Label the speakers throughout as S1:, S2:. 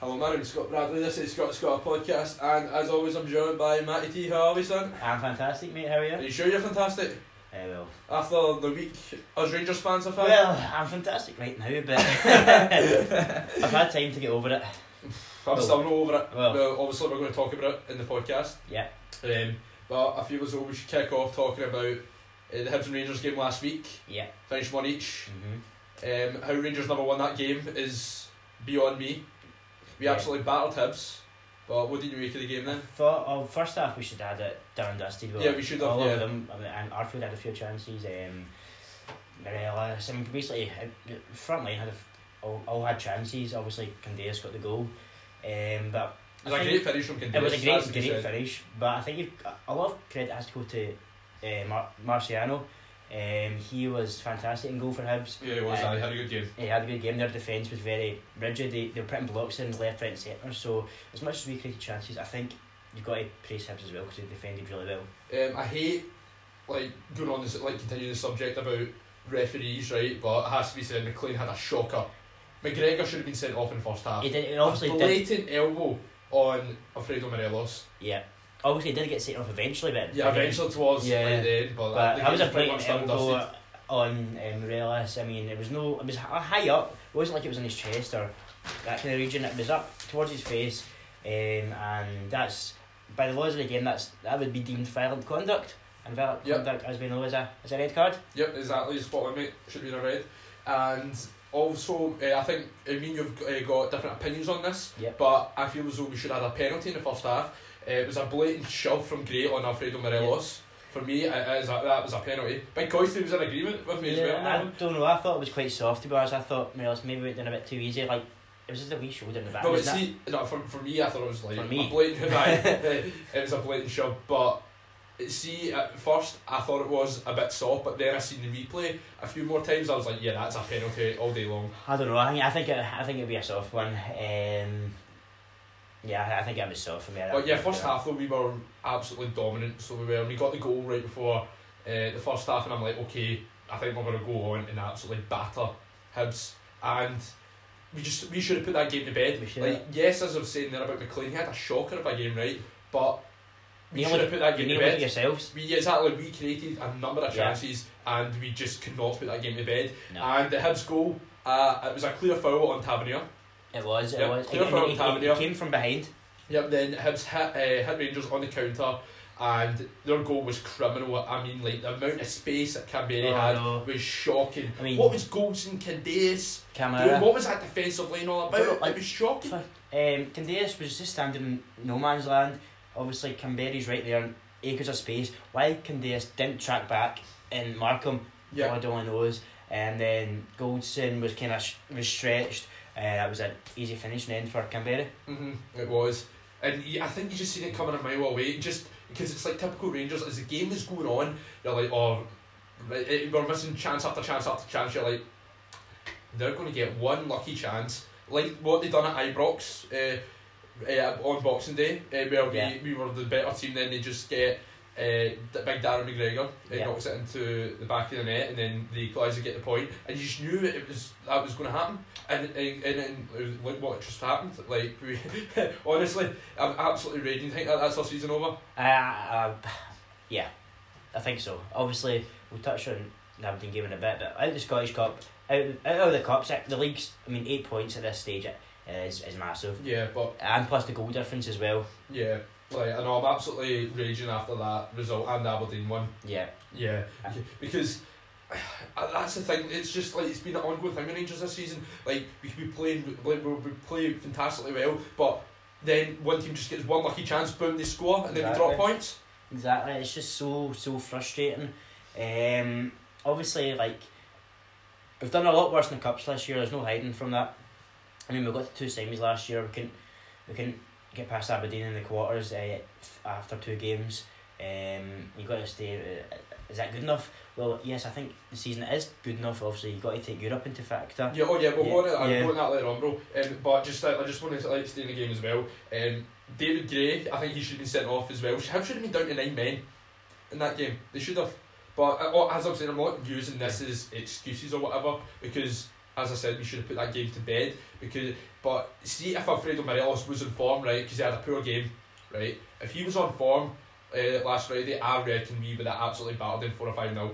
S1: Hello, my name's Scott Bradley. This is Scott Scott Podcast, and as always, I'm joined by Matty T. How are we, son?
S2: I'm fantastic, mate. How are you?
S1: Are you sure you're fantastic?
S2: Eh, well,
S1: After the week us Rangers fans have had?
S2: well, I'm fantastic right now, but I've had time to get over it.
S1: I'm still not over it.
S2: Well.
S1: Now, obviously, we're going to talk about it in the podcast.
S2: Yeah.
S1: Um, but I feel as though we should kick off talking about uh, the Hibs and Rangers game last week.
S2: Yeah.
S1: Finished one each.
S2: hmm
S1: Um, how Rangers never won that game is beyond me. We
S2: Yeah.
S1: absolutely battled Hibs. But what did you make of the game then?
S2: Thought, well, oh, first half we should have had it done and dusted.
S1: Yeah, we should have,
S2: All
S1: yeah.
S2: of them. I mean, and Arfield had a few chances. Um, Morelos. I mean, basically, uh, front line had a f- all, all had chances. Obviously, Candeas got the goal. Um, but
S1: It was uh, a
S2: think-
S1: great finish from Candice.
S2: It was a
S1: that's
S2: great,
S1: to be
S2: great
S1: said.
S2: finish, but I think you've, a lot of credit has to go to uh, Mar- Marciano. Um, he was fantastic in goal for Hibs.
S1: Yeah, it was.
S2: Um,
S1: I had a good game.
S2: He had a good game. Their defence was very rigid. They, they were putting blocks in left, right, and centre. So as much as we created chances, I think you've got to praise Hibs as well because they defended really well.
S1: Um, I hate like going on this like continuing the subject about referees, right? But it has to be said McLean had a shocker. McGregor should have been sent off in first half.
S2: He did. He obviously
S1: a
S2: did.
S1: blatant elbow on Alfredo Morelos.
S2: Yeah. Obviously, he did get sent off eventually, but
S1: Yeah, eventually towards
S2: Yeah.
S1: right then, but, uh,
S2: But
S1: the
S2: that was a
S1: game's pretty much
S2: blatant
S1: done and
S2: elbow
S1: dusted.
S2: on um, Morelos. I mean, it was no, it was h- high up. It wasn't like it was on his chest or that kind of region. It was up towards his face, um, and that's by the laws of the game. That's that would be deemed violent conduct, and violent
S1: Yep.
S2: conduct, as we know, is a is a red card.
S1: Yep, exactly. Spot on, mate. Should be in a red. And also, uh, I think I mean you've uh, got different opinions on this,
S2: Yep.
S1: but I feel as though we should have had a penalty in the first half. Uh, it was a blatant shove from Gray on Alfredo Morelos. For me, it, it is a, that was a penalty. Big Coisty was in agreement with me as well. on that
S2: I
S1: one.
S2: don't know. I thought it was quite soft to be honest. I thought Morelos maybe went in a bit too easy. Like it was just a wee shoulder in the back.
S1: No, but
S2: wasn't it?
S1: see, no, for, for me, I thought it was like
S2: For
S1: a
S2: me.
S1: blatant. aye, it was a blatant shove, but see, at first I thought it was a bit soft, but then I seen the replay a few more times. I was like, yeah, that's a penalty all day long.
S2: I don't know. I think I think it, I think it'd be a soft one. Um, yeah, I think it was soft for me. I
S1: But
S2: don't
S1: yeah,
S2: think
S1: first
S2: it-
S1: half though we were absolutely dominant, so we were. and We got the goal right before uh, the first half, and I'm like, okay, I think we're gonna go on and absolutely batter Hibs, and we just we should have put that game to bed.
S2: We should
S1: Like yes, as I was saying there about McLean, he had a shocker of a game, right? But we
S2: You
S1: should
S2: only-
S1: have put that
S2: You
S1: game
S2: need
S1: to
S2: to look at
S1: bed.
S2: yourselves.
S1: We exactly we created a number of
S2: Yeah.
S1: chances and we just could not put that game to bed.
S2: No.
S1: And the Hibs goal, uh, it was a clear foul on Tavernier.
S2: It was, it
S1: Yeah,
S2: was.
S1: clear
S2: It-
S1: from
S2: it- it-
S1: Tavernier.
S2: it came from behind.
S1: Yep, then Hibs hit, uh, hit Rangers on the counter and their goal was criminal. I mean, like the amount of space that Canberra
S2: Oh,
S1: had
S2: no.
S1: was shocking.
S2: I mean-
S1: what was Goldson, Candace? Dude,
S2: Camara.
S1: what was that defensive line all about?
S2: Like-
S1: it was shocking.
S2: Um, Candace was just standing in no man's land. Obviously, Canberra's right there, and acres of space. Why Candace didn't track back and mark him?
S1: Yeah.
S2: God only knows. And then Goldson was kind of sh- was stretched. Uh, that was an easy finishing end for Canberra.
S1: hmm it was. And you, I think you just seen it coming a mile away, just because it's like typical Rangers, as the game is going on, you're like, oh, right, eh, we're missing chance after chance after chance. You're like, they're going to get one lucky chance. Like what they done at Ibrox uh, uh, on Boxing Day, uh, where
S2: Yeah.
S1: we, we were the better team, then they just get uh, the big Darren McGregor, uh,
S2: Yeah.
S1: knocks it into the back of the net, and then the equaliser get the point, and you just knew that it was that was going to happen. And and, and, and it was like what just happened, like we, honestly, I'm absolutely raging. Think that that's our season over.
S2: Uh, uh, yeah, I think so. Obviously, we'll touch on the Aberdeen game in a bit, but out of the Scottish Cup, out, out of the cups, uh, the league's, I mean, eight points at this stage uh, is, is massive.
S1: Yeah, but
S2: And plus the goal difference as well.
S1: yeah, like I know I'm absolutely raging after that result and Aberdeen one.
S2: Yeah.
S1: Yeah, because uh, that's the thing. It's just like it's been an ongoing thing with Rangers this season. Like we could be playing, like we we play fantastically well, but then one team just gets one lucky chance, boom, they score, and then we drop
S2: Exactly.
S1: points.
S2: Exactly. It's just so, so frustrating. Um, obviously, like, we've done a lot worse in the cups last year. There's no hiding from that. I mean, we got to two semis last year. We couldn't, we couldn't get past Aberdeen in the quarters uh, after two games. Um, you got to stay. Uh, is that good enough? Well, yes, I think the season is good enough. Obviously, you got to take Europe into factor.
S1: Yeah, oh yeah, we'll
S2: Yeah,
S1: go on it. I'll
S2: yeah.
S1: go on that later on, bro. Um, but just uh, I just wanted to like stay in the game as well. Um, David Gray, I think he should have been sent off as well. Him should have been down to nine men in that game. They should have. But uh, oh, as I'm saying, I'm not using this as excuses or whatever because as I said, we should have put that game to bed because. But see, if Alfredo Morelos was in form, right, because he had a poor game, right. If he was on form uh, last Friday, I reckon we would have absolutely battled him four or five 0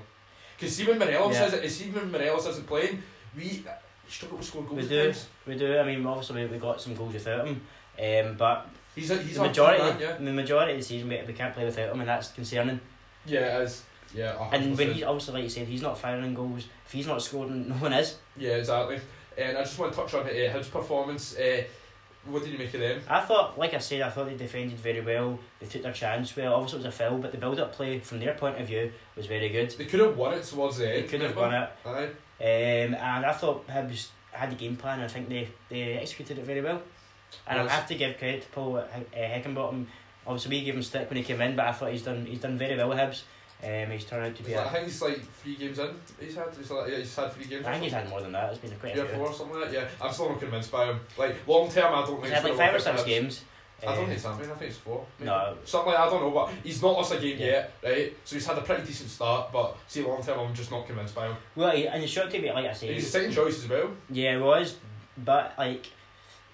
S1: Because see when Morelos
S2: Yeah.
S1: isn't, see when Morelos isn't playing, we struggle to score goals.
S2: We
S1: at
S2: do.
S1: times.
S2: We do. I mean, obviously we, we got some goals without him, um, but
S1: He's a, he's
S2: the
S1: a
S2: majority,
S1: Man, yeah.
S2: the majority of the season we, we can't play without him, and that's concerning.
S1: Yeah, it is. Yeah, a hundred
S2: And when
S1: percent.
S2: he's obviously like you said, he's not firing goals. If he's not scoring, no one is.
S1: Yeah, exactly. And I just want to touch on uh, his performance. Uh, what did you make of them?
S2: I thought, like I said, I thought they defended very well. They took their chance well. Obviously, it was a foul, but the build-up play from their point of view was very good.
S1: They could have won it towards the
S2: They
S1: end.
S2: could have won it.
S1: Aye.
S2: Um, and I thought Hibs had the game plan. and I think they, they executed it very well. And I
S1: Yes.
S2: have to give credit to Paul uh, Heckenbottom. Obviously, we gave him stick when he came in, but I thought he's done he's done very well with Hibs. Um, he's turned out to be.
S1: He's like- I
S2: A,
S1: think he's like three games in. He's had. He's like, yeah, he's had three
S2: I
S1: games. or
S2: think he's had
S1: something.
S2: more than that. It's been quite
S1: Yeah,
S2: a few.
S1: four or something like that. Yeah, I'm still not convinced by him. Like long term, I don't think
S2: He's had
S1: gonna
S2: like five or
S1: work out
S2: six
S1: for us.
S2: games.
S1: I
S2: Um,
S1: don't think it's that many. I think it's four. maybe.
S2: No.
S1: Something like I don't know, but he's not lost a game
S2: Yeah.
S1: yet, right? So he's had a pretty decent start, but see, long term, I'm just not convinced by him.
S2: Well, he, and he should to be like I say.
S1: He's the second choice as well.
S2: Yeah, he was, but like,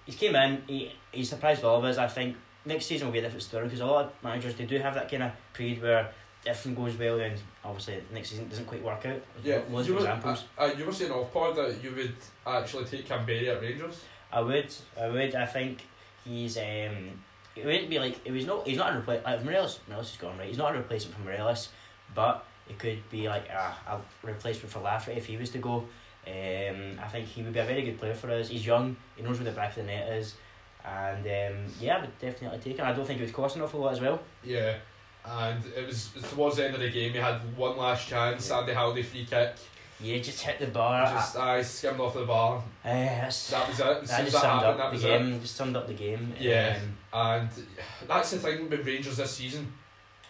S2: he came in. He he surprised all of us. I think next season will be a different story because a lot of managers they do have that kind of period where everything goes well, then obviously next season doesn't quite work out.
S1: Yeah,
S2: loads
S1: you
S2: of
S1: were,
S2: examples.
S1: Uh, uh, you were saying off pod that you would actually take Canberra at Rangers.
S2: I would, I would. I think he's. um It wouldn't be like it was not. He's not a replace. Like, Morelos, Morelos is gone right. He's not a replacement for Morelos, but it could be like a, a replacement for Lafferty if he was to go. Um, I think he would be a very good player for us. He's young. He knows where the back of the net is, and um, yeah, I would definitely take him. I don't think it would cost an awful lot as well.
S1: Yeah, and it was towards the end of the game. You had one last chance.
S2: Yeah.
S1: Sandy Howley free kick.
S2: Yeah, just hit the bar.
S1: Just I skimmed off the bar.
S2: Ah, yes.
S1: That was it. As soon
S2: That
S1: as
S2: just
S1: that
S2: summed
S1: happened,
S2: up
S1: that
S2: the
S1: was it.
S2: game. Just summed up the game.
S1: Yeah.
S2: Um,
S1: And that's the thing with Rangers this season.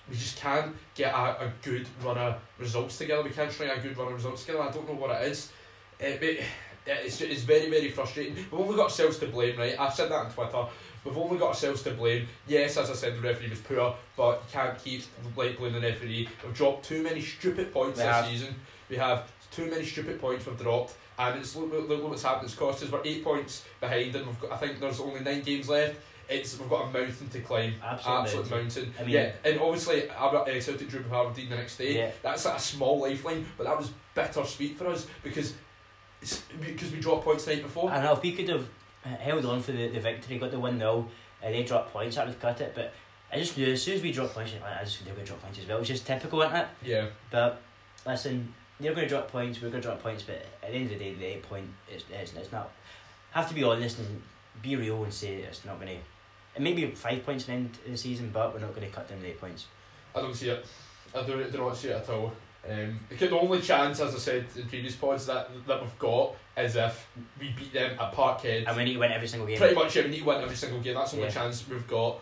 S1: We just can't get a, a good run of results together. We can't string a good run of results together. I don't know what it is. It, it, it's, ju- it's very, very frustrating. We've only got ourselves to blame, right? I've said that on Twitter. We've only got ourselves to blame. Yes, as I said, the referee was poor, but you can't keep like blaming the referee. We've dropped too many stupid points
S2: We
S1: this
S2: have.
S1: season. We have too many stupid points we've dropped, and it's look, look, look what's happened. It's cost us. We're eight points behind, and we've got. I think there's only nine games left. It's we've got a mountain to climb.
S2: Absolute
S1: Absolute mountain.
S2: I mean-
S1: yeah, and obviously Aber- uh, Celtic drew with Aberdeen the next day.
S2: Yeah.
S1: That's like a small lifeline, but that was bittersweet for us because it's, because we dropped points the night before.
S2: I know if we could have held on for the, the victory, got the 1 0, and they dropped points, that would cut it. But I just knew as soon as we dropped points, I I just knew they were going to drop points as well. It was just typical, isn't it?
S1: yeah,
S2: But listen, they're going to drop points, we're going to drop points, but at the end of the day, the eight point is it's, it's not. Have to be honest and be real and say it's not going to. It may be five points at the end of the season, but we're not going to cut down to eight points.
S1: I don't see it. I do, do not see it at all. Um, because the only chance, as I said in previous pods, that that we've got is if we beat them at Parkhead.
S2: And we need to win every single game.
S1: Pretty much, yeah, we need to win every single game. That's the only
S2: Yeah.
S1: chance we've got.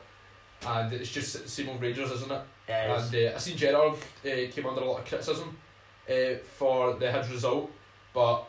S1: And it's just same old Rangers, isn't it?
S2: Yeah, it's-
S1: And uh, I seen Gerard uh, came under a lot of criticism uh, for the his result, but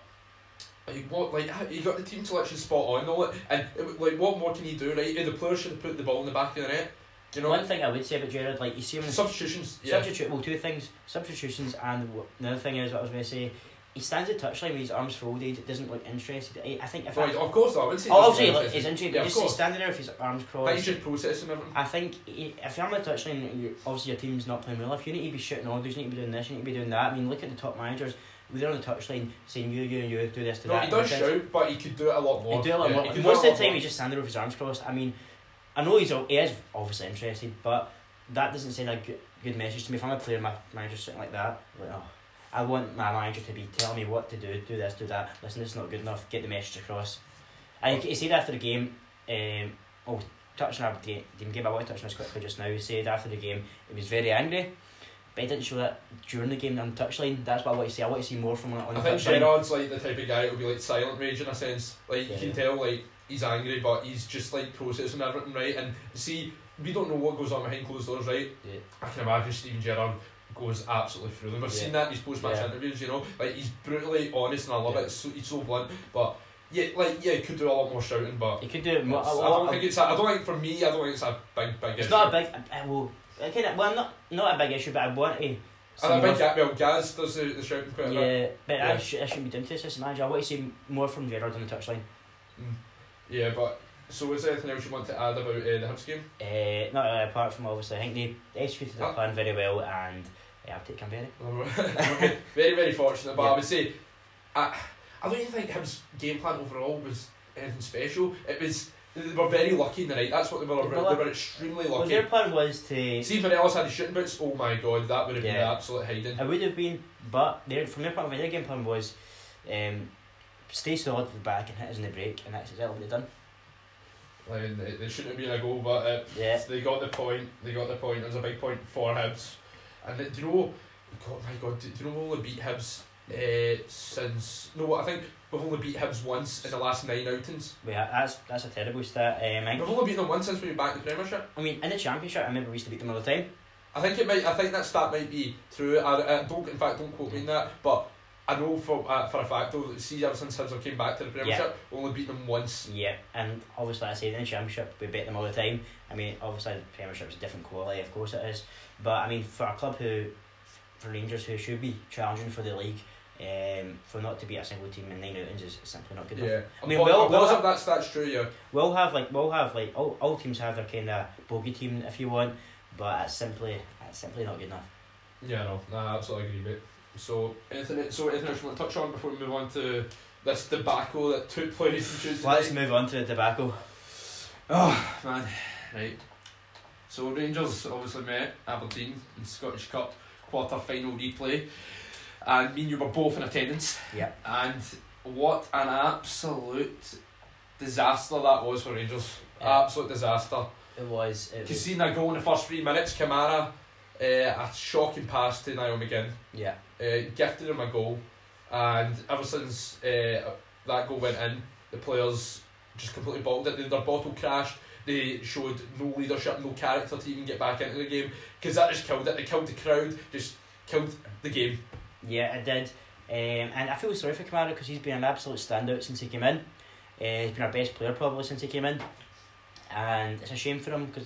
S1: like what like how- he got the team selection spot on though, like, and it, w- like what more can he do right? The player should have put the ball in the back of the net, you know.
S2: One thing I would say about Gerard, like you see him in the
S1: Substitutions, yeah,
S2: Substitu- well, two things: substitutions and w- the other thing is what I was going to say. He stands at touchline with his arms folded. Doesn't look interested. I, I think if
S1: right,
S2: I,
S1: of course. I would say.
S2: oh,
S1: that's
S2: obviously
S1: what
S2: look,
S1: it is.
S2: he's interested,
S1: Yeah,
S2: but
S1: of
S2: just he's
S1: course.
S2: standing there with his arms
S1: I think he's
S2: crossed.
S1: just processing everything.
S2: I think he, if you're on the touchline, and you obviously your team's not playing well. If you need to be shooting orders, you need to be doing this, you need to be doing that. I mean, look at the top managers. They're on the touchline saying you, you, you do this, do
S1: No,
S2: that.
S1: he does
S2: do this.
S1: shout, but he could do it a lot more.
S2: He do a lot
S1: Yeah,
S2: more.
S1: he could do it
S2: Most of
S1: a
S2: the
S1: lot
S2: time,
S1: more.
S2: he just stands there with his arms crossed. I mean, I know he's al- he is obviously interested, but that doesn't send a good, good message to me. If I'm a player, my manager's sitting like that, like, oh, I want my manager to be telling me what to do, do this, do that. Listen, it's not good enough. Get the message across. And he, he said after the game, um, oh, touching our game, game, I want to touch on this quickly just now. He said after the game, he was very angry. But he didn't show that during the game on the touchline. That's what I want to see. I want to see more from him on the
S1: I think
S2: touchline.
S1: Gerard's like the type of guy who'll be like silent rage in a sense. Like you
S2: Yeah,
S1: can
S2: yeah.
S1: tell, like he's angry, but he's just like processing everything right. And see, we don't know what goes on behind closed doors, right?
S2: Yeah.
S1: I can imagine Steven Gerrard goes absolutely through them. I've
S2: Yeah.
S1: seen that in his post match
S2: Yeah.
S1: interviews. You know, like he's brutally honest, and I love
S2: Yeah.
S1: it. It's so, he's so blunt, but. Yeah, like yeah, he could do a lot more shouting, but
S2: He could do more.
S1: I don't think it's. A, I don't think for me. I don't think it's a big, big
S2: It's
S1: issue.
S2: not a big. I, I will. I kind of, well, not not a big issue, but I want to
S1: And I
S2: some
S1: think
S2: more-
S1: Ga- well, Gaz does the, the shouting quite a bit.
S2: yeah, but I,
S1: Yeah.
S2: sh- I shouldn't be doing to assistant manager. I want to see m- more from Gerard on the touchline.
S1: Yeah, but so is there anything else you want to add about uh, the Hibs game?
S2: Uh, not really, apart from obviously, I think they they executed the
S1: Uh,
S2: plan very well, and uh, I've taken very.
S1: very, very fortunate. But
S2: Yeah.
S1: I would say, I, I don't even think Hibs' game plan overall was anything special. It was they were very lucky in the night. That's what they were.
S2: They
S1: They
S2: were
S1: were,
S2: lucky.
S1: extremely
S2: Well,
S1: lucky.
S2: their plan was to.
S1: See if anyone else had the shooting boots. Oh my god, that would have been
S2: Yeah.
S1: an absolute hiding.
S2: It would have been, but their, from their point of view, their game plan was um, stay solid at the back and hit us in the break, and that's exactly what they've done.
S1: I mean, they, they shouldn't have been a goal, but uh,
S2: Yeah.
S1: they got the point. They got the point. It was a big point for Hibs. And it- do you know? God, my God, do, do you know we've only beat Hibs uh, since? No, I think we've only beat Hibs once in the last nine outings.
S2: We ha- that's that's a terrible stat. Um, I,
S1: We've
S2: think-
S1: only beaten them once since we went back to the Premiership.
S2: I mean, in the championship, I remember we used to beat them all the time.
S1: I think it might. I think that stat might be true. I, I don't. In fact, don't quote me on that. But I know for uh, for a fact though. that See, ever since Hibs came back to the Premiership, we only beat them once.
S2: Yeah, and obviously I say in the championship we beat them all the time. I mean, obviously the premiership's a different quality, of course it is. But I mean, for a club who, for Rangers who should be challenging for the league, um, for not to beat a single team in nine outings is simply not good enough.
S1: Yeah.
S2: I mean,
S1: I'm po-
S2: we'll-
S1: I'm
S2: we'll
S1: positive that stat's true. Yeah.
S2: We'll have like we'll have like all, all teams have their kind of bogey team if you want, but it's simply it's simply not good enough.
S1: Yeah, no, no, I absolutely agree, mate. So, anything, so anything else you want to touch on before we move on to this debacle that took place on Tuesday
S2: Let's
S1: night?
S2: move on to the tobacco.
S1: Oh, man. Right. So, Rangers obviously met Aberdeen in Scottish Cup quarter final replay. And me and you were both in attendance.
S2: Yeah.
S1: And what an absolute disaster that was for Rangers.
S2: Yeah.
S1: Absolute disaster.
S2: It was it was
S1: Casino goal in the first three minutes, Kamara, uh, a shocking pass to Naomi McGinn.
S2: yeah
S1: uh, gifted him a goal, and ever since uh, that goal went in, the players just completely bottled it. Their- Their bottle crashed. They showed no leadership, no character to even get back into the game because that just killed it. They killed the crowd, just killed the game.
S2: Yeah, I did. Um, and I feel sorry for Kamara because he's been an absolute standout since he came in. Uh, he's been our best player probably since he came in. And it's a shame for him because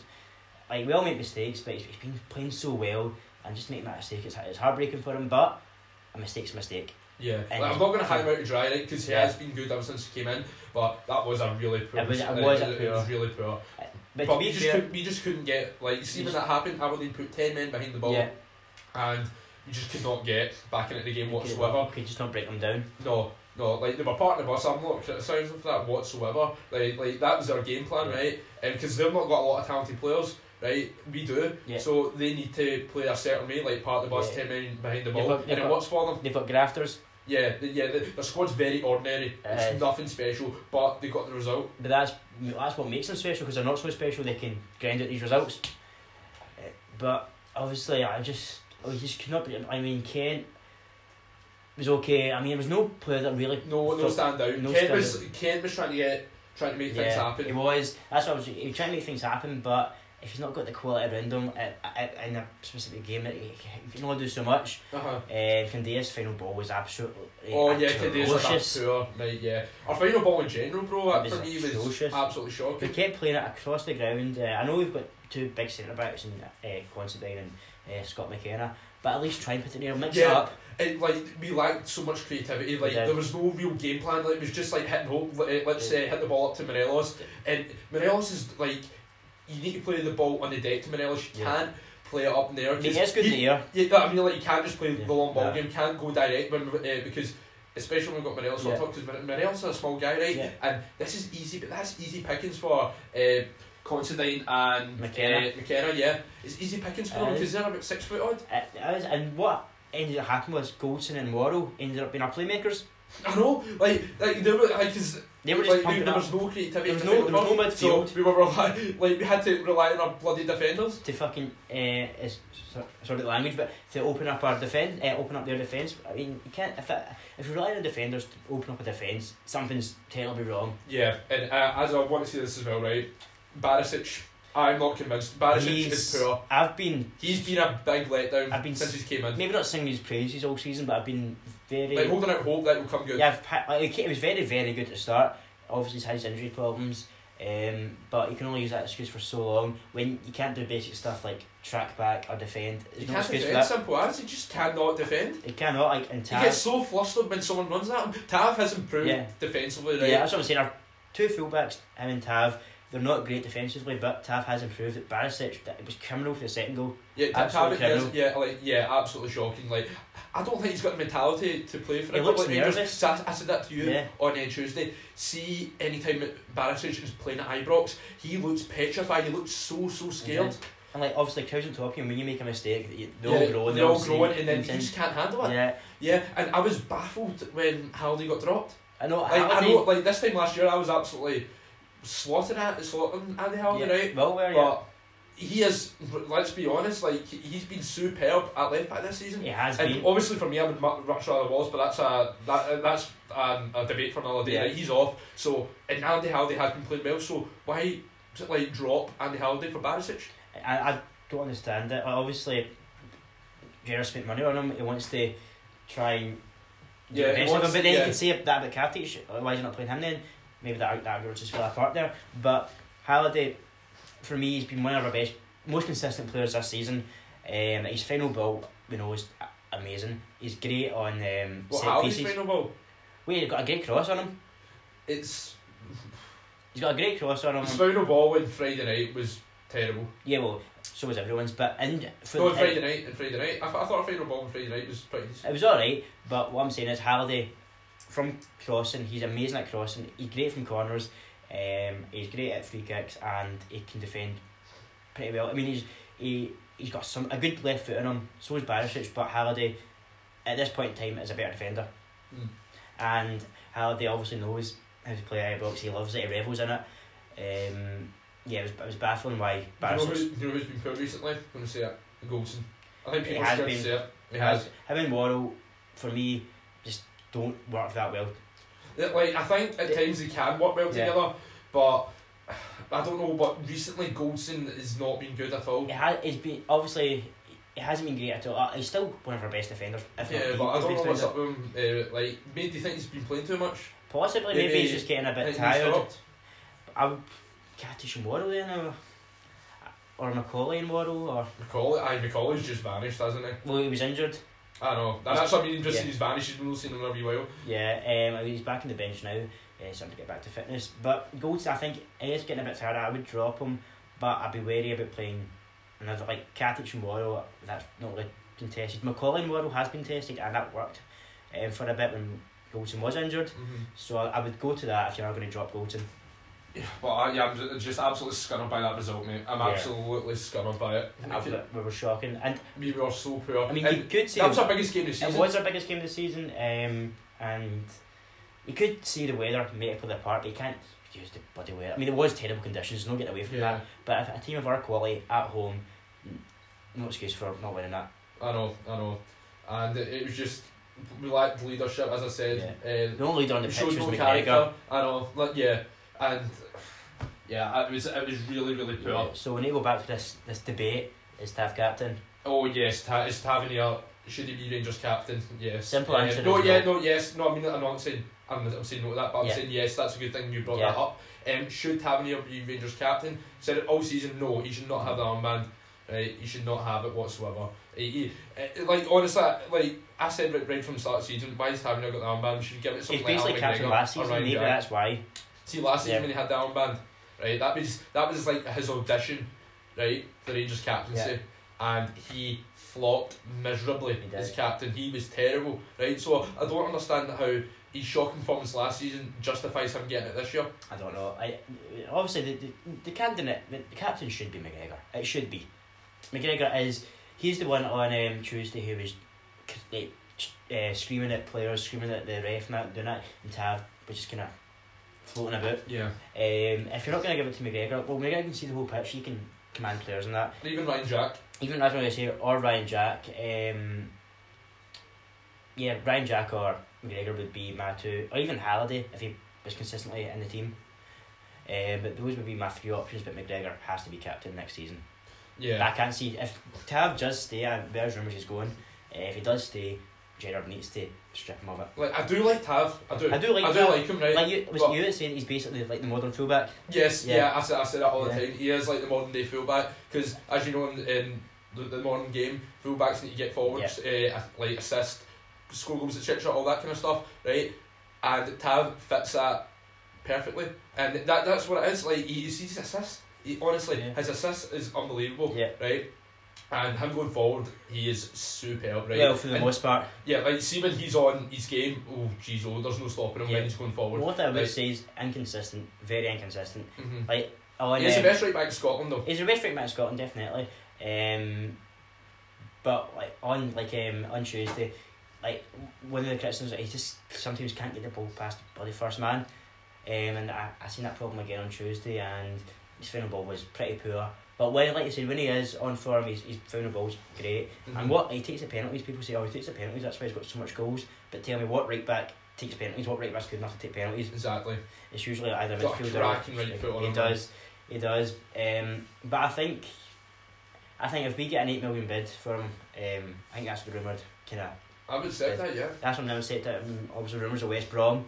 S2: like, we all make mistakes, but he's, he's been playing so well. And just making that mistake, it's, it's heartbreaking for him, but a mistake's a mistake.
S1: Yeah, like,
S2: And-
S1: I'm not going to hang him out to dry, right? Because he
S2: Yeah.
S1: has been good ever since he came in, but that was a really poor.
S2: It was- it
S1: mistake.
S2: was a
S1: it was
S2: poor-
S1: really poor.
S2: But,
S1: but
S2: to be
S1: we just
S2: fair,
S1: couldn't, we just couldn't get like see when
S2: just-
S1: that happened. Aberdeen put ten men behind the ball,
S2: yeah,
S1: and we just could not get back into the game
S2: could-
S1: whatsoever.
S2: could just not break them down.
S1: No, no, like they were part of the bus. I'm not criticising them for that whatsoever. Like, like that was their game plan,
S2: Yeah.
S1: right? And because they've not got a lot of talented players, right? We do.
S2: Yeah.
S1: So they need to play a certain way, like part of the bus,
S2: Yeah.
S1: ten men behind the
S2: You've
S1: ball,
S2: got- you've
S1: and it
S2: got-
S1: works for them.
S2: They've got grafters,
S1: Yeah, the, yeah. The, their squad's very ordinary.
S2: Uh,
S1: it's nothing special, but they got the result.
S2: but that's that's what makes them special because they're not so special. They can grind out these results. Uh, But obviously, I just I just could not. be- I mean, Kent was okay. I mean, there was no player that really.
S1: No, no
S2: felt-
S1: stand out.
S2: no
S1: Kent
S2: stand
S1: was Kent was trying to get trying to make
S2: yeah,
S1: things happen.
S2: He was. That's what I was. He was trying to make things happen, but if he's not got the quality around him at, at, in a specific game, it, he he can only do so much.
S1: Uh-huh.
S2: Uh, Candia's final ball was absolutely.
S1: Oh yeah, Candace was
S2: atrocious.
S1: that poor night. Yeah, our final ball in general, bro.
S2: It
S1: For
S2: was
S1: me, was
S2: atrocious.
S1: absolutely shocking.
S2: We kept playing it across the ground. Uh, I know we've got two big centre backs in uh, Considine and uh, Scott McKenna, but at least try and put it near, mix it
S1: Yeah.
S2: up.
S1: it, like we lacked so much creativity. Like
S2: did.
S1: there was no real game plan. Like it was just like hit and hope. Like, let's uh, hit the ball up to Morelos, and Morelos is like you need to play the ball on the deck to Morelos. You
S2: Yeah.
S1: can't play it up in there.
S2: I
S1: 'cause
S2: mean, it's good in
S1: you-
S2: the air.
S1: you know what I mean, like you can't just play
S2: Yeah.
S1: the long ball
S2: No.
S1: game. Can't go direct when we- uh, because. Especially when we've got Morelos
S2: Yeah.
S1: on top, because Morelos is a small guy, right?
S2: Yeah.
S1: And this is easy, but that's easy pickings for uh, Considine and
S2: McKenna.
S1: Uh, McKenna, yeah. It's easy pickings for them
S2: Aye.
S1: because they're about six foot odd.
S2: It, it was, Uh, and what ended up happening was Goldson and Warrell ended up being our playmakers.
S1: I know, like, like, they were, like, 'cause
S2: They were just
S1: like,
S2: pumping
S1: there
S2: up
S1: was no creativity.
S2: There was no- there was no midfield.
S1: So we were rely- like we had to rely on our bloody defenders.
S2: to fucking uh, is so- sorry the language, but to open up our defence, uh, open up their defence. I mean, you can't if it, if you rely on defenders to open up a defence, something's terribly wrong.
S1: Yeah, and uh, as I want to see this as well, right? Barisic, I'm not convinced. Barisic
S2: He's-
S1: is poor.
S2: I've been
S1: He's been a big letdown
S2: I've been
S1: since he came in.
S2: maybe not singing his praises all season, but I've been very
S1: Like holding out hope that will come good.
S2: Yeah, I've, pa- like, he was very, very good at the start. Obviously, he's had his injury problems. Uh, Um, but you can only use that excuse for so long when you can't do basic stuff like track back or defend. There's
S1: You
S2: no
S1: can't
S2: excuse for
S1: defend,
S2: that.
S1: simple as. He just cannot defend.
S2: It cannot like and
S1: He gets
S2: Tav.
S1: so flustered when someone runs at him. Tav has improved
S2: Yeah.
S1: defensively, right?
S2: Yeah, that's what I'm saying. Our two fullbacks, him and Tav, they're not great defensively, but Tav has improved. Barisic, that- it was criminal for the second goal.
S1: Yeah, Tav-
S2: Absolutely
S1: Tav is,
S2: criminal.
S1: yeah, like yeah, absolutely shocking. Like, I don't think he's got the mentality to play for.
S2: He
S1: it.
S2: looks
S1: like, Rangers-
S2: nervous.
S1: So I, I said that to you
S2: Yeah.
S1: on uh, Tuesday. See, anytime that Barisic is playing at Ibrox, he looks petrified. He looks so so scared.
S2: And like obviously, crowds on top of you. When you make a mistake, they they
S1: Yeah,
S2: all grow. and
S1: They're all
S2: see-
S1: growing, and then he just can't handle it. Yeah.
S2: yeah.
S1: and I was baffled when Haldy got dropped.
S2: I know.
S1: Like, I
S2: Halliday-
S1: know, like this time last year, I was absolutely slaughtered at slaughtering Andy Haldy,
S2: yeah.
S1: right?
S2: Well, where yeah.
S1: But he is. Let's be honest. Like he- he's been superb at left back this season.
S2: He has
S1: And
S2: been.
S1: obviously for me, I would mu- much rather Walls, but that's a that that's um, a debate for another day.
S2: Yeah.
S1: Like, he's off. So and Andy Haldy has been playing well. So why like drop Andy Haldy for Barisic?
S2: I, I don't understand it. Like, obviously, Gerrard spent money on him. He wants to try and do
S1: Yeah,
S2: the
S1: he
S2: best of him.
S1: wants-
S2: But then
S1: yeah.
S2: you can say that about Katic. Why is he not playing him then? Maybe that that argument just fell apart there. But Halliday, for me, he's been one of our best, most consistent players this season. Um, his final ball, we know, is a- amazing. He's great on um,
S1: Well,
S2: set
S1: Haldy's
S2: pieces.
S1: playing well.
S2: Wait, he's got a great cross on him.
S1: It's
S2: He's got a great cross on him.
S1: his final ball on Friday night was terrible.
S2: Yeah, well, so was everyone's. But in for
S1: no, on
S2: it-
S1: Friday night and Friday night. I, th- I thought our final ball on Friday night was pretty. decent.
S2: It was alright, but what I'm saying is Halliday, from crossing, he's amazing at crossing. He's great from corners. Um, he's great at free kicks and he can defend pretty well. I mean, he's he he's got some a good left foot in him. So is Barisic, but Halliday, at this point in time, is a better defender.
S1: Mm.
S2: And Halliday obviously knows how to play Ibrox. He loves it. He revels in it. Um, yeah, it was, it was baffling why
S1: Do you know
S2: Barisic.
S1: who do you know who's been poor recently? I'm gonna say it. Goldson. I think
S2: He
S1: people are
S2: has
S1: scared to
S2: been.
S1: say it. He
S2: Him
S1: has.
S2: and Warrell, for me, just don't work that well
S1: That, Like I think at times they can work well
S2: Yeah.
S1: together, but I don't know. But recently Goldson has not been good at all.
S2: It has. It's been obviously. It hasn't been great at all. Uh, He's still one of our best defenders. If not
S1: Yeah,
S2: the
S1: but I don't
S2: best
S1: know what's
S2: defender.
S1: up with him. Uh, like, maybe do you think he's been playing too much?
S2: Possibly, maybe,
S1: Maybe-
S2: he's just getting a
S1: Think
S2: bit
S1: he's
S2: tired.
S1: dropped?
S2: I would Katish and Waddle then, or, or Macaulay and Waddle, or
S1: McCauley, aye, McCauley's just vanished, hasn't he?
S2: well, he was injured.
S1: I know. That- That's what I mean. Just
S2: Yeah.
S1: seen he's vanished. He's not seen him in a wee while.
S2: Yeah, um, I mean, he's back on the bench now. Uh, starting to get back to fitness. But Golds, I think, he is getting a bit tired. I would drop him, but I'd be wary about playing another like Katic and Waddle. That's not really contested. Macaulay and Waddle has been tested, and that worked um, for a bit when Goldson was injured.
S1: Mm-hmm.
S2: So I, I would go to that if you are going to drop Goldson.
S1: Yeah, but I, yeah, I'm ju- just absolutely scunnered by that result, mate. I'm
S2: Yeah.
S1: absolutely scunnered by it.
S2: I would- We were shocking, and
S1: We were so poor.
S2: I mean,
S1: And
S2: you could see
S1: that was
S2: it
S1: our biggest game this season.
S2: was our biggest game of the season, um, and you could see the weather made it play their part. But you can't use the bloody weather. I mean, it was terrible conditions. No getting away from
S1: Yeah,
S2: that. But if a team of our quality at home, n- no excuse for not winning that.
S1: I know, I know. And it, it was just, we lacked leadership, as I said. Uh,
S2: The only leader on the
S1: It
S2: pitch was
S1: showed no
S2: McGregor.
S1: character. I know, like yeah, and yeah, it was it was really really poor.
S2: Yeah, So we need to go back to this this debate. Is Tav captain?
S1: Oh yes, ta- is Tavernier should he be Rangers captain? Yes.
S2: Simple
S1: Uh,
S2: answer
S1: No,
S2: is
S1: yeah,
S2: no.
S1: no, yes, no. I mean, I'm not saying I'm, I'm saying no to that, but I'm
S2: Yeah.
S1: saying yes. That's a good thing you brought
S2: Yeah.
S1: that up. Um, should Tavernier be Rangers captain? Said it all season. No, he should not have the armband. Right, he should not have it whatsoever. He, he, eh, like honestly, like I said right, right from the start of the season, why is Tavernier got the armband? We should give it
S2: He's
S1: something
S2: basically
S1: like Al
S2: captain
S1: McGregor
S2: last
S1: or
S2: season.
S1: Ryan
S2: Maybe
S1: Jack.
S2: that's why.
S1: See, last season
S2: Yeah.
S1: when he had the armband, right? That was that was like his audition, right? The Rangers captaincy, and he flopped miserably
S2: He did.
S1: as captain. He was terrible, right? So I don't understand how his shocking performance last season justifies him getting it this year.
S2: I don't know. I obviously the the, the candidate the, the captain should be McGregor. It should be. McGregor is he's the one on um, Tuesday who was c- uh, screaming at players, screaming at the ref, and that doing that, and Tav was just kind of floating about.
S1: Yeah,
S2: Um, if you're not going to give it to McGregor, well, McGregor can see the whole pitch. He can command players and that.
S1: even Ryan Jack.
S2: Even as I say, or Ryan Jack. Um, yeah, Ryan Jack or McGregor would be my two, or even Halliday if he was consistently in the team. Um, but those would be my three options. But McGregor has to be captain next season.
S1: Yeah,
S2: I can't see if Tav does stay. I, there's rumours he's going. Uh, if he does stay, Gerard needs to strip him of it.
S1: Like I do like Tav. I do.
S2: I do like
S1: I do
S2: Tav.
S1: like him, right?
S2: Like you, was
S1: But-
S2: you that said he's basically like the modern fullback?
S1: Yes,
S2: Yeah.
S1: yeah, I, say, I say that all the
S2: Yeah.
S1: time. He is like the modern day fullback because, as you know, in, in the, the modern game, fullbacks need to get forwards, uh, like assist, score goals, etc., all that kind of stuff, right? And Tav fits that perfectly, and that that's what it is. Like he, he sees assists. He, honestly,
S2: Yeah.
S1: his assist is unbelievable,
S2: Yeah.
S1: right? And him going forward, he is superb, right?
S2: Well, for the
S1: And-
S2: most part.
S1: yeah, like see when he's on his game. Oh, jeez, oh, there's no stopping him
S2: Yeah.
S1: when he's going forward.
S2: What I would
S1: Right.
S2: say is inconsistent, very inconsistent.
S1: hmm
S2: Oh, and,
S1: He's the
S2: um,
S1: best right back in Scotland, though.
S2: He's the best right back in Scotland, definitely. Um, but like on like um on Tuesday, like one of the criticisms that he just sometimes can't get the ball past the bloody first man, um, and I I seen that problem again on Tuesday, and his final ball was pretty poor. But when like you said, when he is on form, he's he's final ball's great.
S1: Mhm.
S2: And what he takes the penalties, people say, oh, he takes the penalties. That's why he's got so much goals. But tell me, what right back takes penalties? What right back's good enough to take penalties?
S1: Exactly.
S2: It's usually either a
S1: Got a
S2: midfielder.
S1: cracking
S2: or
S1: right foot on
S2: he
S1: him,
S2: does, he does. Um, but I think, I think if we get an eight million bid for him, um, I think that's the rumoured kind of.
S1: I would accept that, yeah.
S2: That's what I'm now set to. um, Obviously, rumours of West Brom.